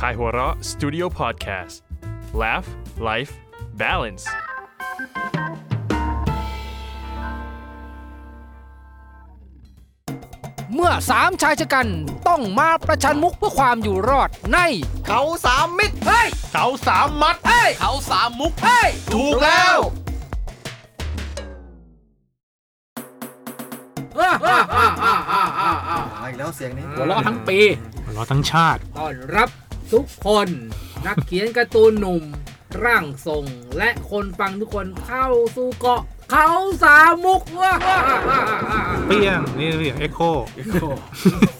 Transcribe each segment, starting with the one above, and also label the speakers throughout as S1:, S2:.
S1: Kaihura Studio Podcast Laugh Life Balance
S2: เมื่อสามชายชะกันต้องมาประชันมุกเพื่อความอยู่รอดใน
S3: เขาสามมิตร
S2: เฮ้ย
S1: เสาสามมัด
S2: เฮ้ย
S3: เขาสามมุก
S2: เฮ้ย
S3: ถูกแล้ว มาอีกแล้วเสียงนี้
S2: หัวเราะทั้งปี
S4: เราะทั้งชาติ
S2: ต้อนรับทุกคน นักเขียนการ์ตูนหนุ่ม ร่างทรง และคนฟังทุกคนเข้าสู่เกาะ เขาสามมุกว่า
S4: เปี้ยง นี่เสียงเอ็กโค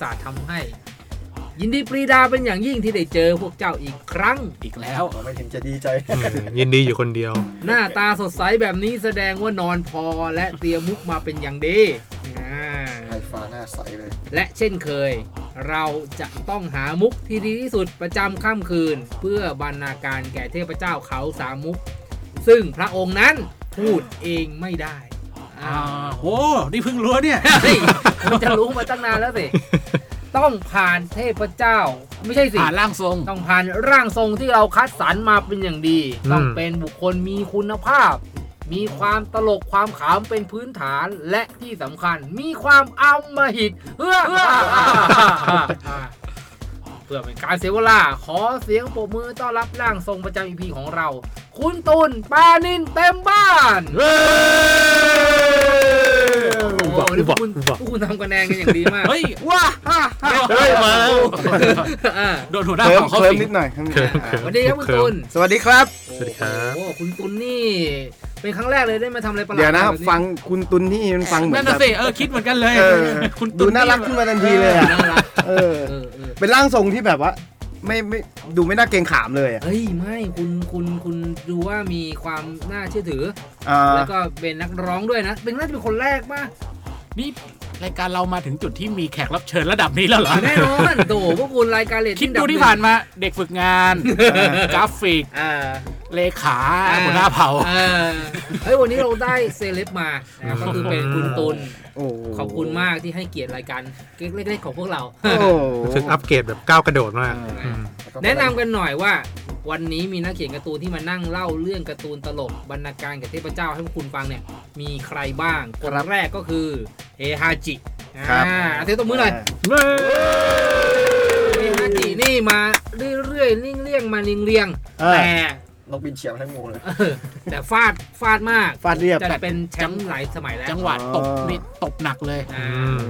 S2: ศาสตร์ทำให้ ยินดีปรีดาเป็นอย่างยิ่งที่ได้เจอพวกเจ้าอีกครั้ง อีกแล้ว
S3: เราไม่ถึงจะดีใจ
S4: ยินดีอยู่คนเดียว
S2: หน้าตาสดใสแบบนี้แสดงว่านอนพอและเตรียมมุกมาเป็นอย่างดีอ่า
S3: ไฮฟ้าหน้าใสเลย
S2: และเช่นเคย เราจะต้องหามุกที่ดีที่สุดประจำค่ำคืน เพื่อบรรณาการแก่เทพเจ้าเขาสามมุก ซึ่งพระองค์นั้นพูดเองไม่ได้อ้าว
S5: โอ้นี่เพิ่งรู้เนี่ย
S2: เฮ้ยคุณจะรู้มาตั้งนานแล้วสิ ต้องผ่านเทพเจ้า ไม่ใช่สิ
S5: ผ่านร่างทรง
S2: ต้องผ่านร่างทรงที่เราคัดสรรมาเป็นอย่างดี
S4: อืม
S2: ต้องเป็นบุคคลมีคุณภาพ มีความตลกความขำเป็นพื้นฐานและที่สำคัญ มีความอำมหิต เอื้อเอื้อเพื่อเป็นการเสียเวลา ขอเสียงปรบมือต้อนรับร่างทรงประจำอีพีของเรา คุณตุนปานินเต็มบ้านโอ้โห
S4: บอก
S2: วันนี้พวกคุณ
S4: บอกบอก
S2: พวกคุณทำคะแนนกันอย่างดีมาก
S5: เฮ้ย ว้า
S4: เฮ้ย มาแล้ว
S2: อ่า
S5: โดนหัวหน้า
S3: เคิ
S5: ข
S3: ม
S5: องเขา
S3: เคิม
S5: สิง
S3: นิดหน่อย
S2: สวัสดีครับคุณตุน
S3: สวัสดีครับ
S4: สวัสดีครับ
S2: โอ้โหคุณตุนนี่ เป็นครั้งแรกเลยได้มาทำอะไรประหลาด
S3: เดี๋ยวนะ
S2: แบบ
S3: ฟังคุณตุนที่มันฟังเหมือ
S5: นั่
S3: น
S5: น
S3: แบ
S5: น่ะ
S3: บ
S5: สิเออคิดเหมือนกันเลย
S3: เออ
S5: คุณ
S3: ดู
S5: ตุ้น
S3: น่ารักขึ้นมาทันทีเลยอะ
S2: น่ารัก
S3: เออ
S2: เออเออ
S3: เป็นร่างทรงที่แบบว่า ไม่ไม่ดูไม่น่าเกรงขามเลยอะ
S2: เฮ้ยไม่คุณคุณคุณดูว่ามีความน่าเชื่อถือ
S3: อ่า
S2: อแล้วก็เป็นนักร้องด้วยนะ เป็นน่าจะเป็นคนแรกป่ะ
S5: นี่รายการเรามาถึงจุดที่มีแขกรับเชิญระดับนี้แล้วเหรอ
S2: แน่น อนโตพวกคุณรายการเลต
S5: คิด
S2: ติ้ง
S5: ดู
S2: บห
S5: ที่
S2: ง
S5: ผ่านมาเด็กฝึกงาน กราฟิก
S2: อ่า
S5: เลขา
S2: อ่า
S5: หัวหน้าเผ่า
S2: เออเฮ้ยวันนี้เราได้เซเลบมานะครับก็คือเป็นคุณตุน
S3: โอ้โห
S2: ขอบคุณมากที่ให้เกียรติรายการเล็กๆของพว กเรา
S3: โอ้โห
S4: รู้สึกอัปเกรดแบบก้าวกระโดดมากอืม
S2: แนะนำกันหน่อยว่า วันนี้มีนักเขียนการ์ตูนที่มานั่งเล่าเรื่องการ์ตูนตลกบรรณาการกับเทพเจ้าให้พวกคุณฟังเนี่ย มีใครบ้างคนแรกก็คือเฮฮาจิ
S3: ครับ
S2: อ่าเอาเทตบมือหน่อยเฮฮาจินี่มาเรื่อยๆเลี่ยงๆมาเรียงๆ
S3: เออ
S2: แต่
S3: นกบินเฉียวทั้งงูเลย
S2: เออแต่ ฟาดฟาดมาก
S3: ฟาดเรียบ
S2: จะเป็นแชมป์หลายสมัยแล้ว
S5: จังหวัดตบนี่ตบหนักเลย
S2: อ่า
S4: อืม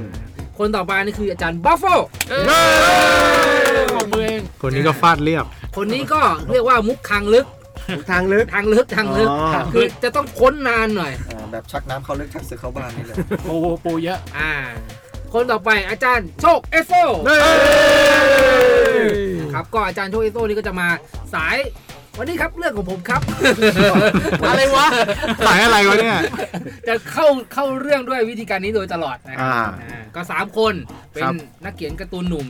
S2: คนต่อมานี่คืออาจารย์บัฟโฟ
S5: ของมือเอง
S4: คนนี้ก็ฟาดเรียบ
S2: คนนี้ก็เรียกว่ามุกคางลึก
S3: ทางลึก
S2: ทางลึกทางลึก
S3: อ๋อ
S2: คือจะต้องค้นนานหน่อย
S3: อ่าแบบชักน้ำเข้าลึกชักเสือเข้าบ้านนี่เลย
S5: ปูปูเยอะ
S2: อ่า คนต่อไปอาจารย์โชคเอสโซครับก็อาจารย์โชคเอสโซนี่ก็จะมาสาย วันนี้ครับเรื่องของผมครับ
S5: อะไรวะ
S4: สายอะไรวะเนี่ย
S2: จะเข้าเข้าเรื่องด้วยวิธีการนี้โดยตลอดนะครั
S3: อ่า
S2: อ่าก็สามคนเป็
S3: คน รับ
S2: นักเขียนการ์ตูนหนุ่ม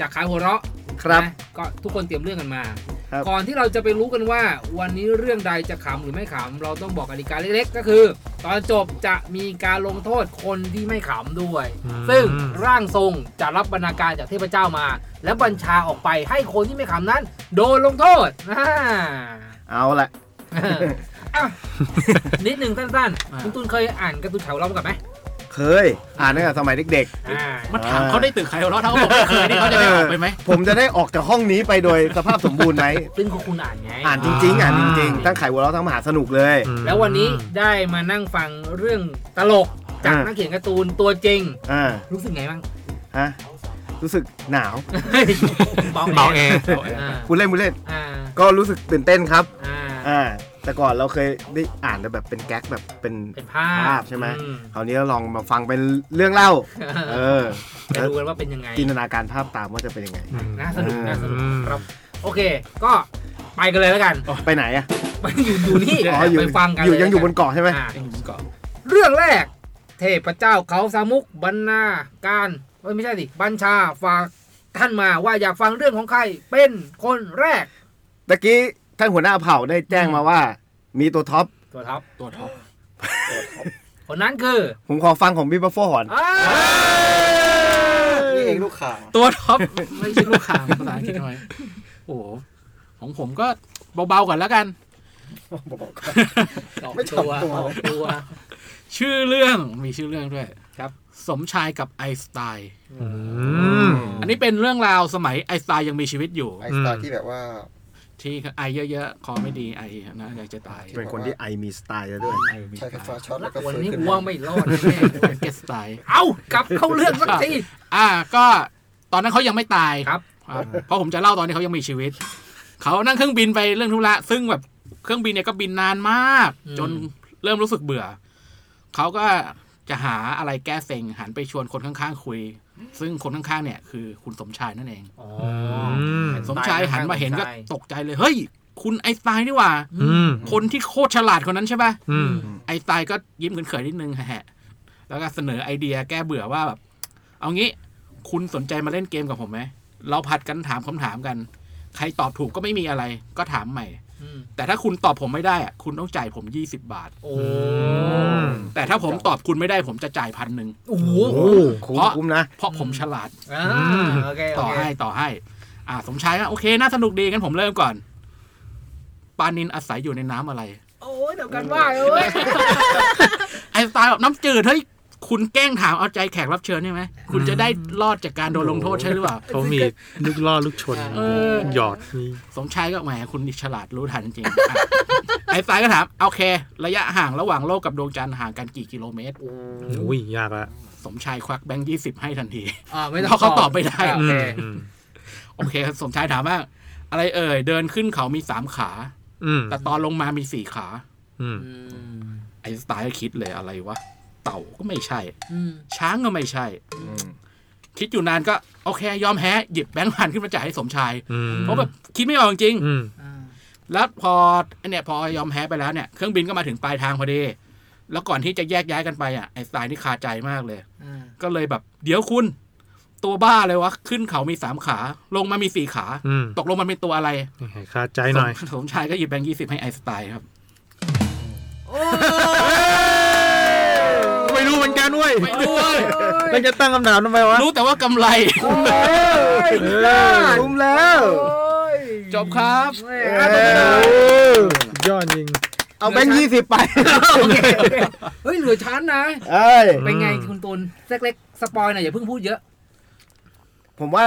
S2: จากขายหัวเราะ
S3: ครับ
S2: นะก็ทุกคนเตรียมเรื่องกันมา
S3: ครับ
S2: ก่อนที่เราจะไปรู้กันว่า วันนี้เรื่องใดจะขำหรือไม่ขำเราต้องบอกกติกาเล็กๆ ก็คือ ตอนจบจะมีการลงโทษคนที่ไม่ขำด้วย
S4: อืม
S2: ซึ่งร่างทรงจะรับบรรณาการจากเทพเจ้ามา และบัญชาออกไปให้คนที่ไม่ขำนั้น โดนลงโทษอ่า
S3: เอาละ
S2: อ่ะนิดหนึ่งสั้น
S5: อ่า
S2: ๆ คุณตุนเคยอ่านการ์ตูนแถวเรามาก่อนไหม
S3: เคย อ่านตั้งแต่สมัยเด็ก
S2: อ่า
S5: มันถามเขาได้ตึกใครหัวเราะถ้าเขาบอกไม่เคยนี่เขาจะได้ออกไปไหม
S3: ๆ ผมจะได้ออกจากห้องนี้ไปโดยสภาพสมบูรณ์ไหม
S2: ซึ่งคุณอ่านไง
S3: อ่านจริงๆ อ่านจริงๆ ทั้งไขหัวเราะทั้งมหาสนุกเลย
S4: อืม
S2: แล้ววันนี้ได้มานั่งฟังเรื่องตลก จาก
S3: อ่านั
S2: นักเขียนการ์ตูนตัวจริง
S3: อ่า
S2: รู้สึกไง บ้าง
S3: ฮะ รู้สึกหนาว
S4: เบาเอง
S2: อ่า
S3: พูดเล่นพูดเล่น
S2: อ่า
S3: ก็รู้สึกตื่นเต้นครับ
S2: อ่า
S3: อ่า แต่ก่อนเราเคยได้อ่านแต่แบบเป็นแก๊กแบบเป็น
S2: เป็นภาพ
S3: ภาพใช่ไหม
S2: อื
S3: คราวนี้เราลองมาฟังเป็นเรื่องเล่า เออ
S2: จะ
S3: แล้ว
S2: ดูกันว่าเป็นยัง ไง
S3: จินตนาการภาพตามว่าจะเป็นยังไง
S4: อืม
S2: น่าสนุกน่าสนุก
S4: อืม
S2: ครับ โอเค ก็ไปกันเลยแล้วกัน
S3: ไปไหนอ่ะ
S2: ไปอยู่อยู่นี่
S3: อ๋ออยู่
S2: ไปฟังกัน
S3: อยู่
S2: เล
S3: ยังอยู่บน
S2: แล้ว
S3: เกาะใช่ไหม
S2: กัอ่า เรื่องแรก เทพเจ้าเขาสามุกบรรณาการเอ้ยไม่ใช่สิบัญชาฝากท่านมาว่าอยากฟังเรื่องของใครเป็นคนแรก
S3: ตะกี้ท่านหัวหน้าเผ่าได้แจ้งมาว่า มีตัวท็อป
S2: ตัวท็อป
S5: ตัวท็อป
S2: คนนั้นคือ
S3: ผมขอฟังของพี่บัฟเฟอร์หอน
S2: อ้า
S3: นี่เองลูกข่า
S5: ตัวท็อปไม่ใช่ลูกข่างภาษาอังกฤษหน่อย โอ้โหของผมก็เบาๆก่อนแล้วกัน
S3: บอก
S2: สอง
S3: ไม่
S2: ตัว
S3: จำตัว
S2: สองตัว
S5: ชื่อเรื่องมีชื่อเรื่องด้วย
S2: ครับ
S5: สมชายกับไอน์สไตล์
S4: อืม
S5: อันนี้เป็นเรื่องราวสมัยไอน์สไตล์ยังมีชีวิตอยู่
S6: ไอสไตล์ที่แบบว่า
S5: ที่ไอเยอะๆ คอไม่ดีไอนะอยากจะตาย
S3: เป็นคนที่ไอมีสไตล์แล้วด้วย
S5: ไอมี
S6: ใช้ไฟฟ้าช็อตแล้วก็
S2: วัน
S6: ฟื้น
S2: นี้
S6: ขึ้น
S2: กู
S6: มา
S2: ว่าไม่รอดแน่
S5: ไอเกสไตล์
S2: เอ้ากลับเข้าเรื่องสักที
S5: อ่าก็ตอนนั้นเขายังไม่ตาย
S2: ครับ
S5: อ่าเพราะผมจะเล่าตอนนี้เขายังมีชีวิต เขานั่งเครื่องบินไปเรื่องธุระซึ่งแบบเครื่องบินเนี่ยก็บินนานมาก จนเริ่มรู้สึกเบื่อ เขาก็จะหาอะไรแก้เซ็งหันไปชวนคนข้างๆคุย ซึ่งคนข้างๆเนี่ยคือคุณสมชายนั่นเอง
S4: ม
S5: สมชายหันมาเห็นก็ตกใจเลยเฮ้ย คุณไอน์สไตน์นี่หว่า
S4: อืม
S5: คนที่โคตรฉลาดคนนั้นใช่ปะ
S4: อืม
S5: ไอน์สไตล์ก็ยิ้มเขินๆนิดนึงแฮะ แล้วก็เสนอไอเดียแก้เบื่อว่าแบบ เอางี้ คุณสนใจมาเล่นเกมกับผมไหม เราผัดกันถามคำถามกัน ใครตอบถูกก็ไม่มีอะไร ก็ถามใหม่
S2: อืม
S5: แต่ถ้าคุณตอบผมไม่ได้อะคุณต้องจ่ายผม 20 บาท
S2: โอ้
S5: แต่ถ้าผมตอบคุณไม่ได้ผมจะจ่ายพันหนึ่ง
S2: โอ้โห
S3: โอ้คุ้ม
S5: เพราะ
S3: คุ้มนะ
S5: เพราะผมฉลาด
S2: อ่าโอเคโอ
S5: ต่อ
S2: เค
S5: ให้ต่อให้ อ่า สมชายก็โอเค น่าสนุกดีงั้นผมเริ่มก่อน ปลานินอาศัยอยู่ในน้ำอะไร
S2: โอ้ยเดี๋ยวกันว่าเอ้ย
S5: ไอน์สไตล์แบบน้ำจืดเฮ้ยคุณแกล้งถามเอาใจแขกรับเชิญใช่ไหมคุณจะได้รอดจากการโดนลงโทษใช่หรือเปล่า
S4: เขามีลูกล่อลูกชน
S5: เออ
S4: หยอดนี่
S5: สมชายก็แหมคุณฉลาดรู้ทันจริงๆอ่ะไอน์สไตล์ก็ถามโอเค ระยะห่างระหว่างโลกกับดวงจันทร์ห่างกันกี่กิโลเมตร
S4: อุ้ยยากละ
S5: สมชายควักแบงค์ยี่สิบให้ทันที
S2: อ่าไม่ต้อง
S5: เพราะเขาตอบไม่ได้
S2: โอเค
S4: อืม
S5: โอเค สมชายถามว่า อะไรเอ่ย เดินขึ้นเขามีสามขา
S4: อืม
S5: แต่ตอนลงมามีสี่ขา
S4: อืม
S2: อืม
S5: ไอน์สไตล์ก็คิดเลยอะไรวะเต่าก็ไม่ใช่
S2: อืม
S5: ช้างก็ไม่ใช่ คิดอยู่นานก็โอเค ยอมแพ้หยิบแบงค์พันขึ้นมาจ่ายให้สมชาย
S4: อืม
S5: เพราะแบบคิดไม่ออกจริง
S4: อืม
S2: อ่า
S5: ๆแล้วพอเนี่ยพอยอมแพ้ไปแล้วเนี่ยเครื่องบินก็มาถึงปลายทางพอดี แล้วก่อนที่จะแยกย้ายกันไปอ่ะไอ้สายนี่คาใจมากเลย
S2: อ่า
S5: ก็เลยแบบ เดี๋ยวคุณ ตัวบ้าเลยวะขึ้นเขามีสามขา ลงมามีสี่ขา
S4: อืม
S5: ตกลงมันเป็นตัวอะไร
S4: ให้คาใจ
S5: ส
S4: ห
S5: ม
S4: น่อย
S5: สมชายก็หยิบแบงค์ยี่สิบให้ไอน์สไตล์ครับ
S4: ไม่รู้เหมือนกันเว้ย
S5: ไม่รู้เว้ย
S4: มันจะตั้งคำถามทำไมวะ
S5: รู้แต่ว่ากำไร
S3: เออคุ้มแล้ว
S5: จบครับ
S3: เออย
S4: อดจริง
S3: เอาแบงค์ยี่สิบไป
S2: เฮ้ยเหลือชั้นนะ
S3: เอ้ย
S2: เป็นไงคุณตุลเล็กๆสปอยหน่อยอย่าเพิ่งพูดเยอะ
S3: ผมว่า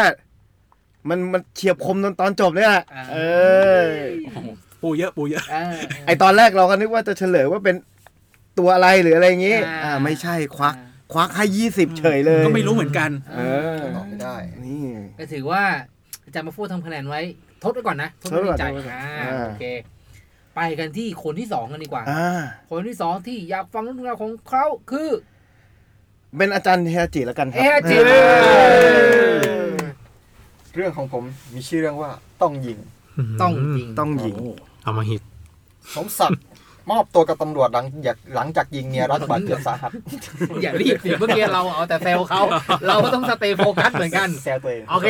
S3: มันมันเฉียบคมตอนตอนจบเนี่ยแหละ
S2: อ่า
S3: เออ
S5: โอ้โหปูเยอะปูเยอะ
S2: เออ
S3: ไอต อนแรกเราก็นึกว่าจะเฉลยว่าเป็นตัวอะไรหรืออะไรอย่างงี้
S2: อ่า
S3: อ่า ไม่ใช่ควัก ควักให้ยี่สิบเฉยเลย
S5: ก็ไม่รู้เหมือนกัน
S3: เออ
S6: ตอบไม่ได้
S3: นี่
S2: ก็ถือว่าอาจารย์มาพูดทำคะแนนไว้ทดไว้ก่อนนะทดไว้ในใจ
S3: ทดไว้ก่อน
S2: อ่า
S3: อ่า
S2: โอเค ไปกันที่คนที่สองกันดีกว่า
S3: อ่า
S2: คนที่สองที่อยากฟังเรื่องราวของเขาคือ
S3: เป็นอาจารย์เฮจิแล้วกันครั
S2: เฮจิ
S3: เออ
S6: เรื่องของผมมีชื่อเรื่องว่าต้องยิง
S2: ต้องจริง
S3: ต้องหญิง
S4: เอามาหิต
S6: สมศักดิ์ มอบตัวกับตำรวจหลังจากหลังจากยิงเมียรับบาดเจ็บสาหัส
S2: อย่ารีบสิเมื่อกี้เราเอาแต่เซลเขาเราก็ต้องสเตย์โฟกัสเหมือน กัน
S6: แซวตัวเอง
S2: โอเค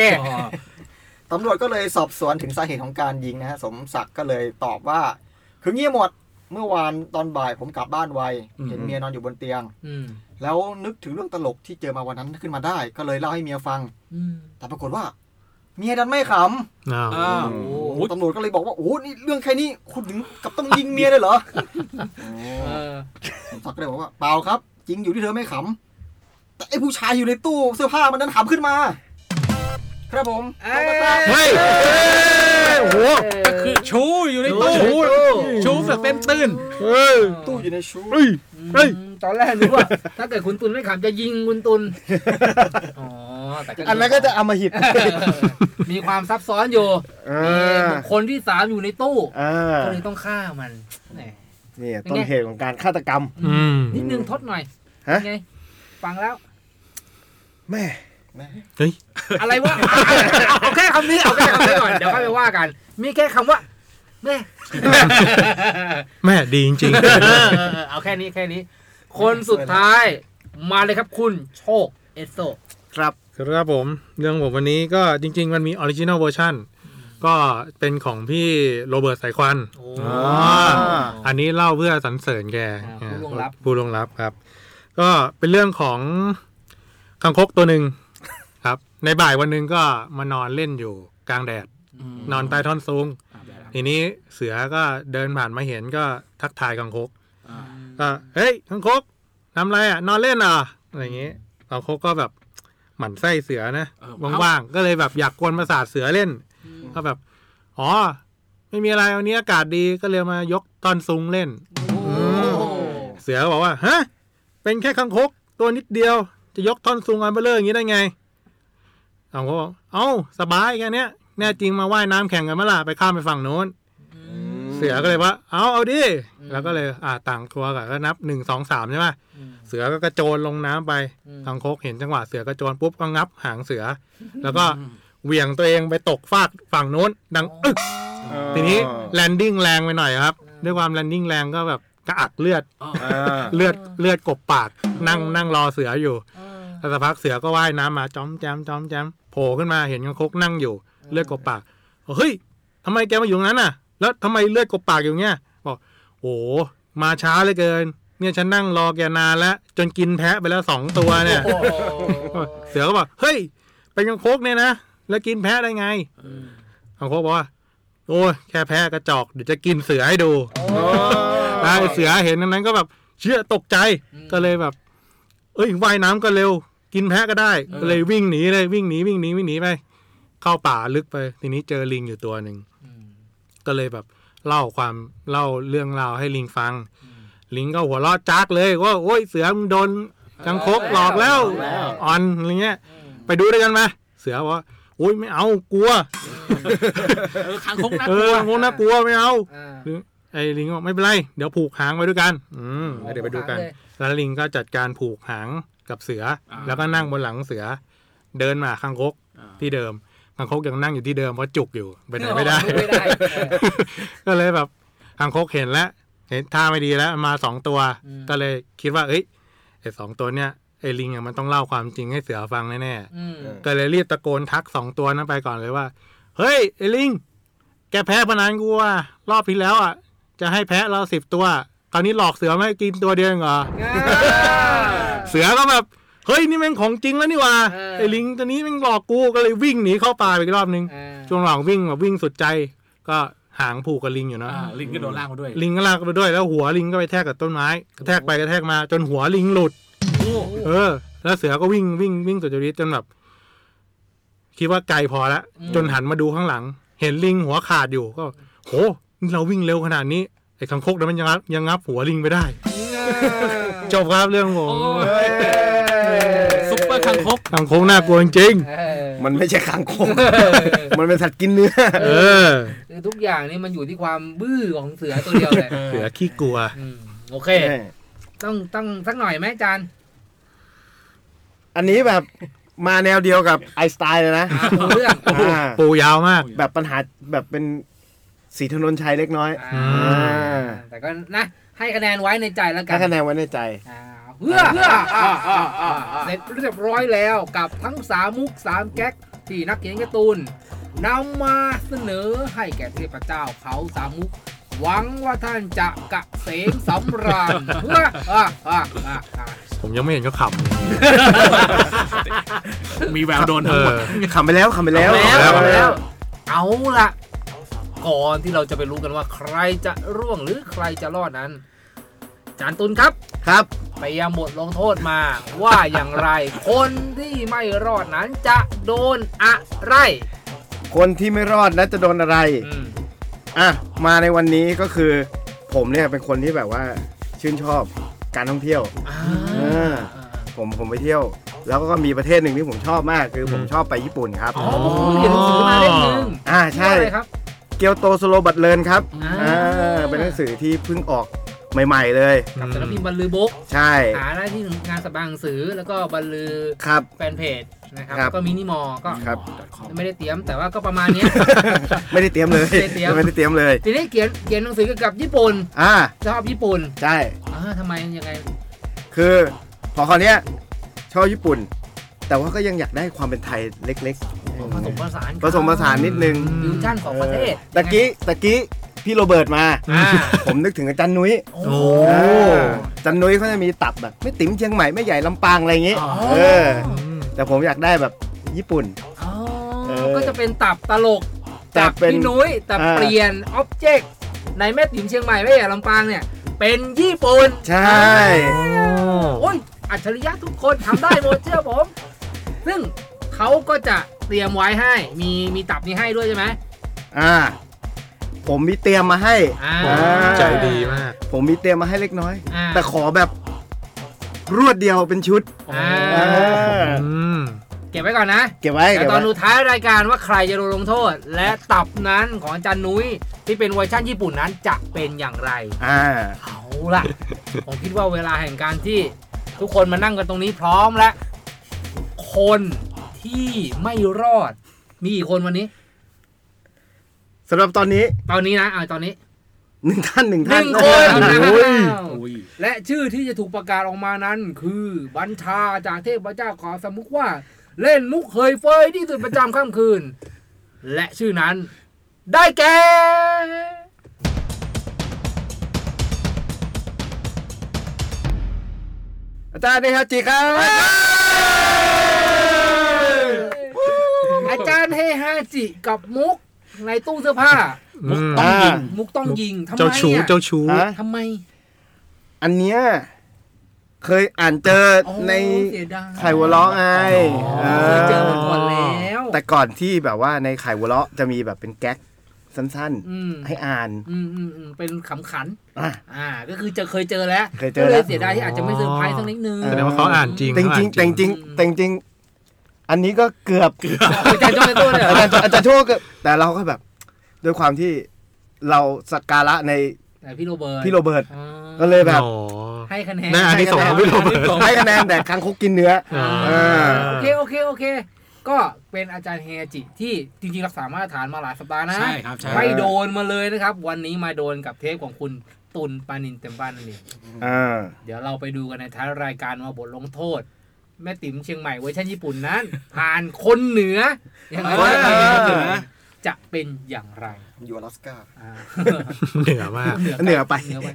S6: ตำรวจก็เลยสอบสวนถึงสาเหตุของการยิงนะฮะสมศักดิ์ก็เลยตอบว่า คือเงี้ยหมดเมื่อวานตอนบ่ายผมกลับบ้านไว
S5: อืม
S6: เห็นเมียนอนอยู่บนเตียง
S2: อืม
S6: แล้วนึกถึงเรื่องตลกที่เจอมาวันนั้นขึ้นมาได้ ก็เลยเล่าให้เมียฟัง
S2: อืม
S6: แต่ปรากฏว่า เมียดันไม่ข
S4: อ้าว
S5: อ้าว
S2: โอ้
S5: โอ้โห
S6: ำตำรวจก็เลยบอกว่าโอ้โหนี่เรื่องแค่นี้คุณถึงกับต้องยิงเมียเลยเหรอ
S2: เออ
S6: สมศักดิ์ก็เลยบอกว่าเปล่าครับ จริงอยู่ที่เธอไม่ขำแต่ไอ้ผู้ชายอยู่ในตู้เสื้อผ้ามันนั้นขำขึ้นมา ครับผม
S2: เอ้ย
S4: เฮ้ยโอ้โห
S5: ก็คือชูอยู่ในตู้ชูแบบเต้นตื้น
S4: เฮ้ย
S6: ตู้อยู่ในชู
S4: เฮ้ย เฮ้ย
S2: อืมตอนแรกนึกว่า ถ้าเกิดคุณตุลไม่ขำจะยิงคุณตุลอ๋อแต่
S3: อันนั้นก็จะเอามาหิต
S2: เออมีความซับซ้อนอยู่
S3: เอ
S2: มี
S3: อ
S2: บุคคนที่สามอยู่ในตู้
S3: อ่า
S2: ก็เลยต้องฆ่ามันแหม
S3: นี่ต้นเหตุของการฆาตกรรม
S4: อืม
S2: นิดนึงทดหน่อย
S3: ฮะ
S2: ไงฟังแล้ว
S3: แม่
S2: อะไรวะอ่ะเอาแค่คำนี้เอาแค่คำนี้ก่อน เดี๋ยวค่อยไปว่ากัน มีแค่คำว่าแม่
S4: แม่ดีจริ ง
S2: เออเออเออเอาแค่นี้แค่นี้ คนสุดท้าย มาเลยครับคุณโชคเอสโซ
S3: ครับ
S4: ครับผมเรื่องผมวันนี้ก็จริง ๆ มันมีออริจิน l ลเวอร์ชันก็เป็นของพี่โรเบิร์ตสายควัน
S2: โอ้
S4: อ๋ออันนี้เล่าเพื่อสรรเสริญแก
S2: อ่าผู้ล่วงลับ
S4: ผู้ล่วงลับครับ ก็เป็นเรื่องของคังคกตัวหนึ่งครับ ในบ่ายวันหนึ่งก็มานอนเล่นอยู่กลางแดด
S5: อืม
S4: นอนใต้ท่อนซุง
S5: อ่าแบบนั้น
S4: ทีนี้เสือก็เดินผ่านมาเห็นก็ทักทายกังคก
S5: อ่า
S4: ก็เฮ้ยกังคกทำอะไรอ่ะ นอนเล่นเหรอ่ะอะไรอย่างงี้กังคกก็แบบหมั่นไส้เสือนะ
S5: เออเอ้
S4: ว่างๆก็เลยแบบอยากกวนประสาทเสือเล่น ก็แบบอ๋อไม่มีอะไรวันนี้อากาศดีก็เลยมายกท่อนซุงเล่น เสือก็บอกว่าฮะเป็นแค่คังคกตัวนิดเดียว จะยกท่อนซุงอันเบลเลอร์อย่างนี้ได้ไงเอาก็บอกเอ้าสบายแค่เนี้ยแน่จริงมาว่ายน้ำแข่งกันเมื่อไหร่ไปข้ามไปฝั่งโน้น เสือก็เลยว่า เอาเอาดิ
S2: อืม
S4: แล้วก็เลยอ่าต่างตัวกันก็นับหนึ่งสองสามใช่ไหมเสือก็กระโจนลงน้ำไป
S2: อืม
S4: คังคกเห็นจังหวะเสือกระโจนปุ๊บก็งับหางเสื อ แล้วก็เหวี่ยงตัวเองไปตกฟากฝั่งโน้น ดังอึก ทีนี้แลนดิ้งแรงไปหน่อยครับ ด้วยความแลนดิ้งแรงก็แบบกระอักเลือด
S3: อ่า
S4: เลือดเลือดกบปาก นั่งนั่งรอเสืออยู่แล้วสักพักเสือก็ว่ายน้ำมาจ้อมแจมจ้อมแจมโผล่ขึ้นมาเห็นกังคกนั่งอยู่ เลือดกบปากบอกเฮ้ยทำไมแกมาอยู่ตรงนั้นน่ะ แล้วทำไมเลือดกบปากอยู่เงี้ยบอกโอ้มาช้าเหลือเกิน เนี่ยฉันนั่งรอแกนานแล้ว จนกินแพะไปแล้วสองตัวเนี่ย เสือก็บอกเฮ้ยเป็นกังคกเนี่ยนะแล้วกินแพะได้ไงกังคกบอกว่าโอ้ยแค่แพะกระจอกเดี๋ยวจะกินเสือให้ดู ไอ้เสือเห็นอันนั้นก็แบบเชื่อตกใจ
S2: อืม
S4: ก็เลยแบบ เอ้ยว่ายน้ำก็เร็ว กินแพะก็ได้ก็เลยวิ่งหนีเลยวิ่งหนีวิ่งหนีวิ่งหนีไปเข้าป่าลึกไป ทีนี้เจอลิงอยู่ตัวหนึ่งก็เลยแบบเล่าความเล่าเรื่องราวให้ลิงฟัง ลิงก็หัวเราะจากเลยว่าโอ้ยเสือมึงโดนกังคกหลอกแล้วอ่อนอะไรเงี้ย ไปดูด้วยกันไหมเสือบอกว่าโอ้ยไม่เอากลัว
S5: เออคางคกน่า
S4: เอก
S5: ลั
S4: อ
S5: ว
S4: กังคกน่ากลัวไม่เอา
S2: อ่า
S4: หรือไอ้ลิงก็บอกไม่เป็นไร เดี๋ยวผูกหางไว้ด้วยกัน อืม
S2: อ๋อ
S4: เดี๋ยวไปดูกัน
S2: ผูกหางเลย
S4: แล้วลิงก็จัดการผูกหางกับเสือ
S5: อ่า
S4: แล้วก็นั่งบนหลังเสือ เดินมาข้างคก
S5: อ่า
S4: ที่เดิมข้างคกยังนั่งอยู่ที่เดิมเพราะจุกอยู่ไปไหนไม่ได้
S2: ไม่ได้
S4: ก็เลยแบบข้างคกเห็นแล้วเห็นท่าไม่ดีแล้วมาสองตัว
S2: อืม
S4: ก็เลยคิดว่าเอ้ยไอ้สองตัวเนี้ยไอ้ลิงอะมันต้องเล่าความจริงให้เสือฟังแน่ๆ
S2: อืม
S4: ก็เลยรีบตะโกนทักสองตัวนั้นไปก่อนเลยว่า เฮ้ยไอ้ลิง แกแพ้พนันกูว่ะรอบที่แล้วอ่ะ จะให้แพ้เราสิบตัว คราวนี้หลอกเสือไม่ให้กินตัวเดียวเองเหรอ
S2: อ่า
S4: เสือก็แบบ เฮ้ยนี่แม่งของจริงแล้วนี่ว่ะ
S2: เออ
S4: ไอ้ลิงตัวนี้แม่งหลอกกูก็เลยวิ่งหนีเข้าป่าไปอีกรอบนึง
S2: อ่า
S4: ช่วงหลังวิ่งแบบวิ่งสุดใจ ก็หางผูกกับลิงอยู่เนอะ
S5: อ่าลิงก็โดนลากมาด้วย
S4: ลิงก็ลากไปด้วยแล้วหัวลิงก็ไปแทกกับต้นไม้กระแทกไปกระแทกมา จนหัวลิงหลุด
S5: โอ้
S4: เออ แล้วเสือก็วิ่งวิ่งวิ่งสุดจริตจนแบบคิดว่าไกลพอแล้ว
S2: อืม
S4: จนหันมาดูข้างหลัง เห็นลิงหัวขาดอยู่ก็ โหนี่เราวิ่งเร็วขนาดนี้ไอ้คังคกนั้นมันยังงับยังงับหัวลิงไปได้ จบครับเรื่องผม
S5: ซุปเปอร์คางคก
S4: คังคกน่ากลัวจริง
S2: เออ
S3: มันไม่ใช่คางคก มันเป็นสัตว์กินเนื้อ
S4: ๆเออ
S2: คือทุกอย่างนี่มันอยู่ที่ความบื้อของเสือตัวเดียวเลย
S4: เสือขี้กลัว
S2: อืมโอเค ต้องต้องสักหน่อยไหมอาจารย์
S3: อันนี้แบบมาแนวเดียวกับไอสไตล์เลยนะ
S2: อ่ารู้เรื่อง
S3: อ่า
S4: ปูยาวมาก
S3: แบบปัญหาแบบเป็นสีถนนชัยเล็กน้อย
S2: อ่าแต่ก็นะให้คะแนนไว้ในใจแล้วกั
S3: ถ้าน คะแนนไว้ในใจ
S2: อ่าเพื่อเพื่ออ่าอ่าอ่าเสร็จเรียบร้อยแล้วกับทั้งสามมุกสามแก๊กที่นักเขียนการ์ตูนนำมาเสนอให้แก่เทพเจ้าเขาสามมุก หวังว่าท่านจะกะเสมสำราญเพื่ออ่าอ่าอ่าอ่า
S4: ผมยังไม่เห็นเขาขับ
S5: มีแววโดน
S4: เอ
S5: ทั้งหมด
S4: อ
S3: ขำไปแล้วขำไปแล้ว
S4: ขำไปแล้ว
S2: เอาละก่อนที่เราจะไปรู้กันว่าใครจะร่วงหรือใครจะรอดนั้น จานตุนครับ
S3: ครับ
S2: ไปยังบทลงโทษมาว่าอย่างไร คนที่ไม่รอดนั้นจะโดนอะไร
S3: คนที่ไม่รอดนะจะโดนอะไร
S2: อืม
S3: อ่ะ มาในวันนี้ก็คือ ผมเนี่ยเป็นคนที่แบบว่าชื่นชอบการท่องเที่ยว
S2: อ่า
S3: เออผมผมไปเที่ยว แล้วก็มีประเทศหนึ่งที่ผมชอบมากคือผมชอบไปญี่ปุ่นครับ
S2: อ๋อผมเพิ่งเขียนหนังสือมาเล่มหนึง
S3: อ่าใช่
S2: เรื่องอะไรครับ
S3: เกียวโตสโลบัตเลินครับ
S2: อ่า
S3: อ่าเป็นหนังสือที่เพิ่งออกใหม่ ๆ เลย
S2: กับสารพิมพ์บรรลือบก
S3: ใช่
S2: หาได้ที่งานสัปดาห์หนังสือแล้วก็บรรลือ
S3: ครับ
S2: แฟนเพจนะครับ
S3: ครับ
S2: แล้วก็มินิมอลก็
S3: ครับ
S2: ไม่ได้เตรียมแต่ว่าก็ประมาณเนี้ย
S3: ไม่ได้เตรียมเลย
S2: ไม่ได้เตรียม
S3: ไม่ได้เตรียมเลย
S2: ทีนี้เขียนเขียนหนังสือเกี่ยวกับญี่ปุ่น
S3: อ่า
S2: ชอบญี่ปุ่น
S3: ใช่
S2: อ่าทำไมยังไง
S3: คือพอคราวเนี้ยชอบญี่ปุ่น แต่ว่าก็ยังอยากได้ความเป็นไทยเล็ก
S2: ผสมผสาน
S3: ๆผสมผสานนิดนึง
S2: ฟิวชั่นของประเทศ
S3: ตะกี้ตะกี้พี่โรเบิร์ตมา
S2: อ่า
S3: ผมนึกถึงอาจารย์นุ้ย
S2: โอ้โห
S3: อ่าอาจารย์นุ้ยเขาจะมีตับแบบไม่ติ๋มเชียงใหม่ไม่ใหญ่ลำปางอะไรอย่างงี้
S5: อ๋อ
S3: เออ แต่ผมอยากได้แบบญี่ปุ่น
S2: อ๋อ
S3: เออ
S2: ก็จะเป็นตับตลก
S3: แต่
S2: จาก
S3: เป็น
S2: พี่นุ้ยแต่
S3: อ่า
S2: เปลี่ยนอ็อบเจกต์ในแม่ติ๋มเชียงใหม่แม่ใหญ่ลำปางเนี่ย เป็นญี่ปุ่น
S3: ใช่
S2: โอ้ยอัจฉริยะทุกคนทำได้หมด เชื่อผม ซึ่งเขาก็จะเตรียมไว้ให้ มีมีตับนี้ให้ด้วยใช่ไหม
S3: อ่า ผมมีเตรียมมาให้
S2: อ่า
S3: อ่า
S4: ใจดีมาก
S3: ผมมีเตรียมมาให้เล็กน้อย
S2: อ่า
S3: แต่ขอแบบรวดเดียวเป็นชุด
S2: อ่า
S3: า
S4: อืม
S2: เก็บไว้ก่อนนะ
S3: เก็บไว้
S2: เดี๋ย
S3: เก็
S2: วต
S3: บไว้
S2: อนดูท้ายรายการว่าใครจะโดนลงโทษ และตับนั้นของอาจันนุ้ยที่เป็นเวอร์ชันญี่ปุ่นนั้นจะเป็นอย่างไร
S3: อ่า
S2: เอา ล่ะ ผมคิดว่าเวลาแห่งการที่ทุกคนมานั่งกันตรงนี้พร้อมแล้วคนที่ไม่รอด มีกี่คนวันนี้
S3: สำหรับตอนนี้
S2: ตอนนี้นะเอาตอนนี้
S3: หนึ่งท่านหนึ่ง
S2: ห
S3: ท่าน
S2: นึ่งคน
S3: โอ้โห
S2: โอ้ยและชื่อที่จะถูกประกาศออกมานั้น คือบัญชาจากเทพเจ้าขอสมมุกว่า เล่นมุกเคยเฟยที่สุดประจำค่ำคืน และชื่อนั้น ได้แก่
S3: อาจารย์เนฮาจิครับ
S2: อาจารย์เฮฮาจิกับมุกในตู้เสื้อผ้า
S4: อืม
S3: อ่า
S2: มุกต้องยิงทำไม
S4: เจ้าชู้
S2: อะ
S4: เจ้าชู้
S3: ฮะ
S2: ทำไม
S3: อันเนี้ยเคยอ่านเจอ
S2: อ๋อ
S3: ใน
S2: เสียดาย
S3: ไข่วัวล้อไง
S4: อ๋อ
S2: เคยเจอมาก่อนแล้ว
S3: แต่ก่อนที่แบบว่าในไข่วัวล้อจะมีแบบเป็นแก๊กสั้น
S2: อืม
S3: ๆ ให้อ่าน
S2: อืมอืมอืมเป็นขำขัน
S3: อ่ะ
S2: อ่า ก็คือเจะเคยเจอแล้ว
S3: เคยเจอ
S2: ก็
S3: แล้ว
S2: เสียดายที่อาจจะไม่เซอร์ไพรส์สักนิดนึง
S4: แสดงว่าเขาอ่านจริง
S3: แต่จริงๆแต่จริงๆแต่จริงๆอันนี้ก็เกือบ
S2: อาจารย์โจ้ในตู้เนี่ยเหร
S3: อา
S2: อ
S3: จารย์อาจารย์โชคก็แต่เราก็แบบ ด้วยความที่เราสักการะใน
S2: แต่พี่โรเบิร์ต
S3: พี่โรเบิร์ต
S2: อ๋อ
S3: ก็เลยแบบ
S4: อ๋อ
S2: ให้คะแนน
S4: ได้อันนี้ส่งของพี่โรเบิร์ต
S3: ให้คะแนนแต่ครั้งคกกินเนื้อ
S4: อ่า
S3: เออ
S2: โอเคโอเคโอเค ก็เป็นอาจารย์เฮจิที่จริงๆรักษามาตรฐานมาหลายสัปดาห์นะ
S5: ใช่ครับใช่
S2: ไม่โดนมาเลยนะครับ วันนี้มาโดนกับเทปของคุณตุลปานินเต็มบ้านนั่นเอง
S3: อ่า
S2: เดี๋ยวเราไปดูกันในท้ายรายการว่าบทลงโทษ แม่ติ๋มเชียงใหม่เวอร์ชันญี่ปุ่นนั้น ผ่านคนเหนืออย่างไร
S5: เออ
S2: จะเป็นอย่างไร
S6: อยู่อลาสก้า
S2: อ่า
S4: เหนือมาก
S3: เหนือไป
S2: เหนือไป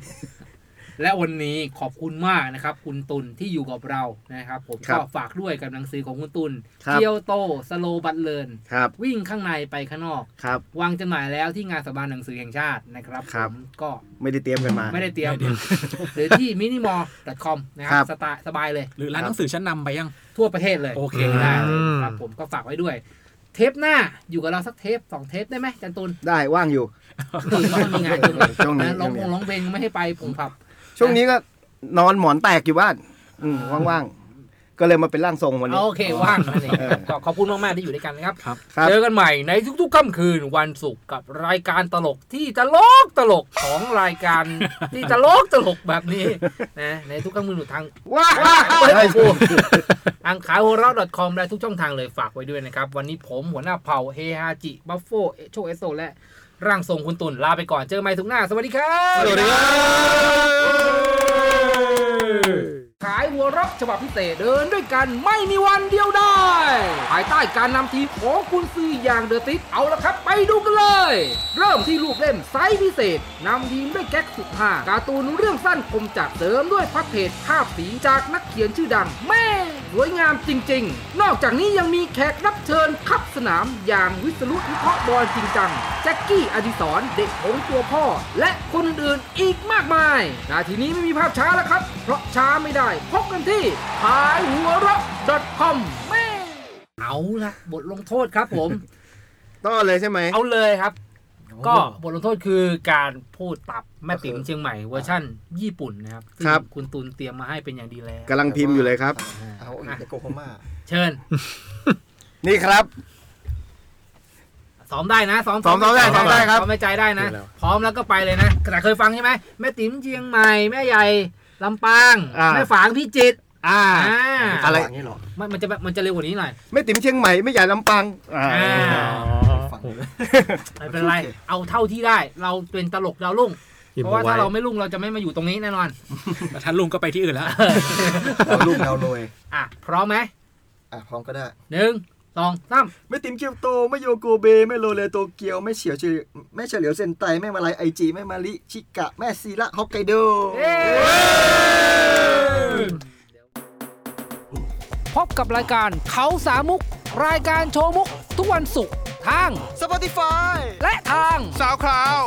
S2: และวันนี้ขอบคุณมากนะครับ คุณตุลที่อยู่กับเรานะครับ ผม
S3: ครั
S2: ก็
S3: บ
S2: ฝากด้วยกับหนังสือของคุณตุล
S3: ครับ
S2: เที่ยวโตสโลบัตเลิน
S3: ครับ
S2: วิ่งข้างในไปข้างนอก
S3: ครับ
S2: วางจำหน่ายแล้วที่งานสถาบันหนังสือแห่งชาตินะครับ
S3: ครับ
S2: ผมก็
S3: ไม่ได้เตรียมกันมา
S2: ไม่ได้เตรียม
S5: ไม่ได้
S2: หรือที่ minimall.com นะค
S3: ครั
S2: รับบ สไตล์สบายเลย
S5: หรือร้านหนังสือชั้นนำไปยัง
S2: ทั่วประเทศเลย
S5: โอเค
S2: ได้เลย
S4: อืม
S2: ครับผมก็ฝากไว้ด้วย เทปหน้าอยู่กับเราสักเทปสองเทปได้ไหมจันตุน
S3: ได้ว่างอยู่
S2: ตื่นมาต้องมีงานอยู่
S3: ช่วงนี้
S2: นะร้องวงร้องเพลงไม่ให้ไปผมผับ
S3: ช่วงนี้ก็นอนหมอนแตกอยู่บ้าน อืมว่างๆ ก็เลยมาเป็นร่างทรงวันนี้
S2: โอเค ว่างนั่นเอง
S3: เออ
S2: ก็ขอบคุณมาก ๆ ที่อยู่ด้วยกันนะครับ
S3: ครับ
S2: เจอกันใหม่ในทุก ๆ ค่ำคืนวันศุกร์กับรายการตลกที่ตลกตลกของรายการ ที่ตลกตลกแบบนี้นะในทุกค่ำคืนทาง
S3: ว้า
S2: เฮ้ย
S3: วกู
S2: อังคารหัวเราะ .com และทุกช่องทางเลยฝากไว้ด้วยนะครับ วันนี้ผมหัวหน้าเผ่าเฮฮาจิ บัฟโฟโชเอสโซและร่างทรงคุณตุลลาไปก่อนเจอกันใหม่ทุกหน้า สวัสดีครับ
S3: สวัสดีครับ
S2: ขายหัวเรักฉบับพิเศษเดินด้วยกันไม่มีวันเดียวได้ ภายใต้การนำทีมของคุณซืออย่างเดอะติสเอาละครับ ไปดูกันเลย เริ่มที่รูปเล่มไซส์พิเศษนำทีมด้วยแก๊กสุภาพการ์ตูนเรื่องสั้นคมจัดเสริมด้วยพัฒเพจภาพสีจากนักเขียนชื่อดัง แม่สวยงามจริง ๆ นอกจากนี้ยังมีแขกรับเชิญขับสนามอย่างวิศรุวิเคราะห์บอลจริงจัง แจ็กกี้อดิสรเด็กหงส์ตัวพ่อ และคนอื่นๆอีกมากมาย นาทีนี้ไม่มีภาพช้าแล้วครับ เพราะช้าไม่ได้ พบกันที่ขายหัวเราะ .com แม่เอาละบทลงโทษครับผม
S3: ต้อนเลยใช่ไหม
S2: เอาเลยครับ ก็บทลงโทษคือการพูดตับแม่ติ๋มเชียงใหม่เวอร์ชั่น ญี่ปุ่นนะครับ
S3: ครับ
S2: ซึ่งคุณตุนเตรียมมาให้เป็นอย่างดีแล้ว
S3: กำลังพิมพ์อยู่เลยครับ
S6: เอาอีกเดโกโฮมา
S2: เชิญ
S3: นี่ครับ
S2: ซ้อมได้นะซ้อม
S3: ซ้อมซ้อมได้ซ้อมได้ครับ
S2: ซ้อมในใจได้นะ
S4: ดีแล้ว
S2: พร้อมแล้วก็ไปเลยนะแต่เคยฟังใช่ไหมแม่ติ๋มเชียงใหม่แม่ใหญ่ลำปาง
S3: อ่า
S2: แม่ฝางพี่จิตร
S3: อ่า
S2: อ่า
S3: อะไร
S2: มันมันจะแบบมันจะเร็วกว่านี้หน่อย
S3: ไม่ติ๋มเชียงใหม่ไม่ใหญ่ลำปางอ่า
S2: อ่า
S6: ฟังเลย
S2: ไม่เป็นไร เอาเท่าที่ได้ เราเป็นตลกดาวรุ่ง
S4: อิ่ม
S2: เพ
S4: อ
S2: ราะว่า
S4: ไว้
S2: ถ้าเราไม่รุ่งเราจะไม่มาอยู่ตรงนี้แน่นอน
S5: แต่ท่านลุงก็ไปที่อื่นแล้ว
S6: เราลูกเราเลย
S2: อ่ะพร้อมไหม
S6: อ่ะ พร้อมก็ได้
S2: หนึ่งสองสาม
S6: ไม่ติมเกียวโต ไม่โยโกเบ ไม่โรเลโตเกียว ไม่เฉียวเฉลียวไม่เฉลียวเซนไต ไม่มาลายไอจี ไม่มาลิ ชิกะ แม่ซีระฮอกไกโด
S2: พบกับรายการเขาสามมุก รายการโชว์มุก ทุกวันศุกร์
S7: ทาง
S8: Spotify
S7: และทาง
S2: สาวคราว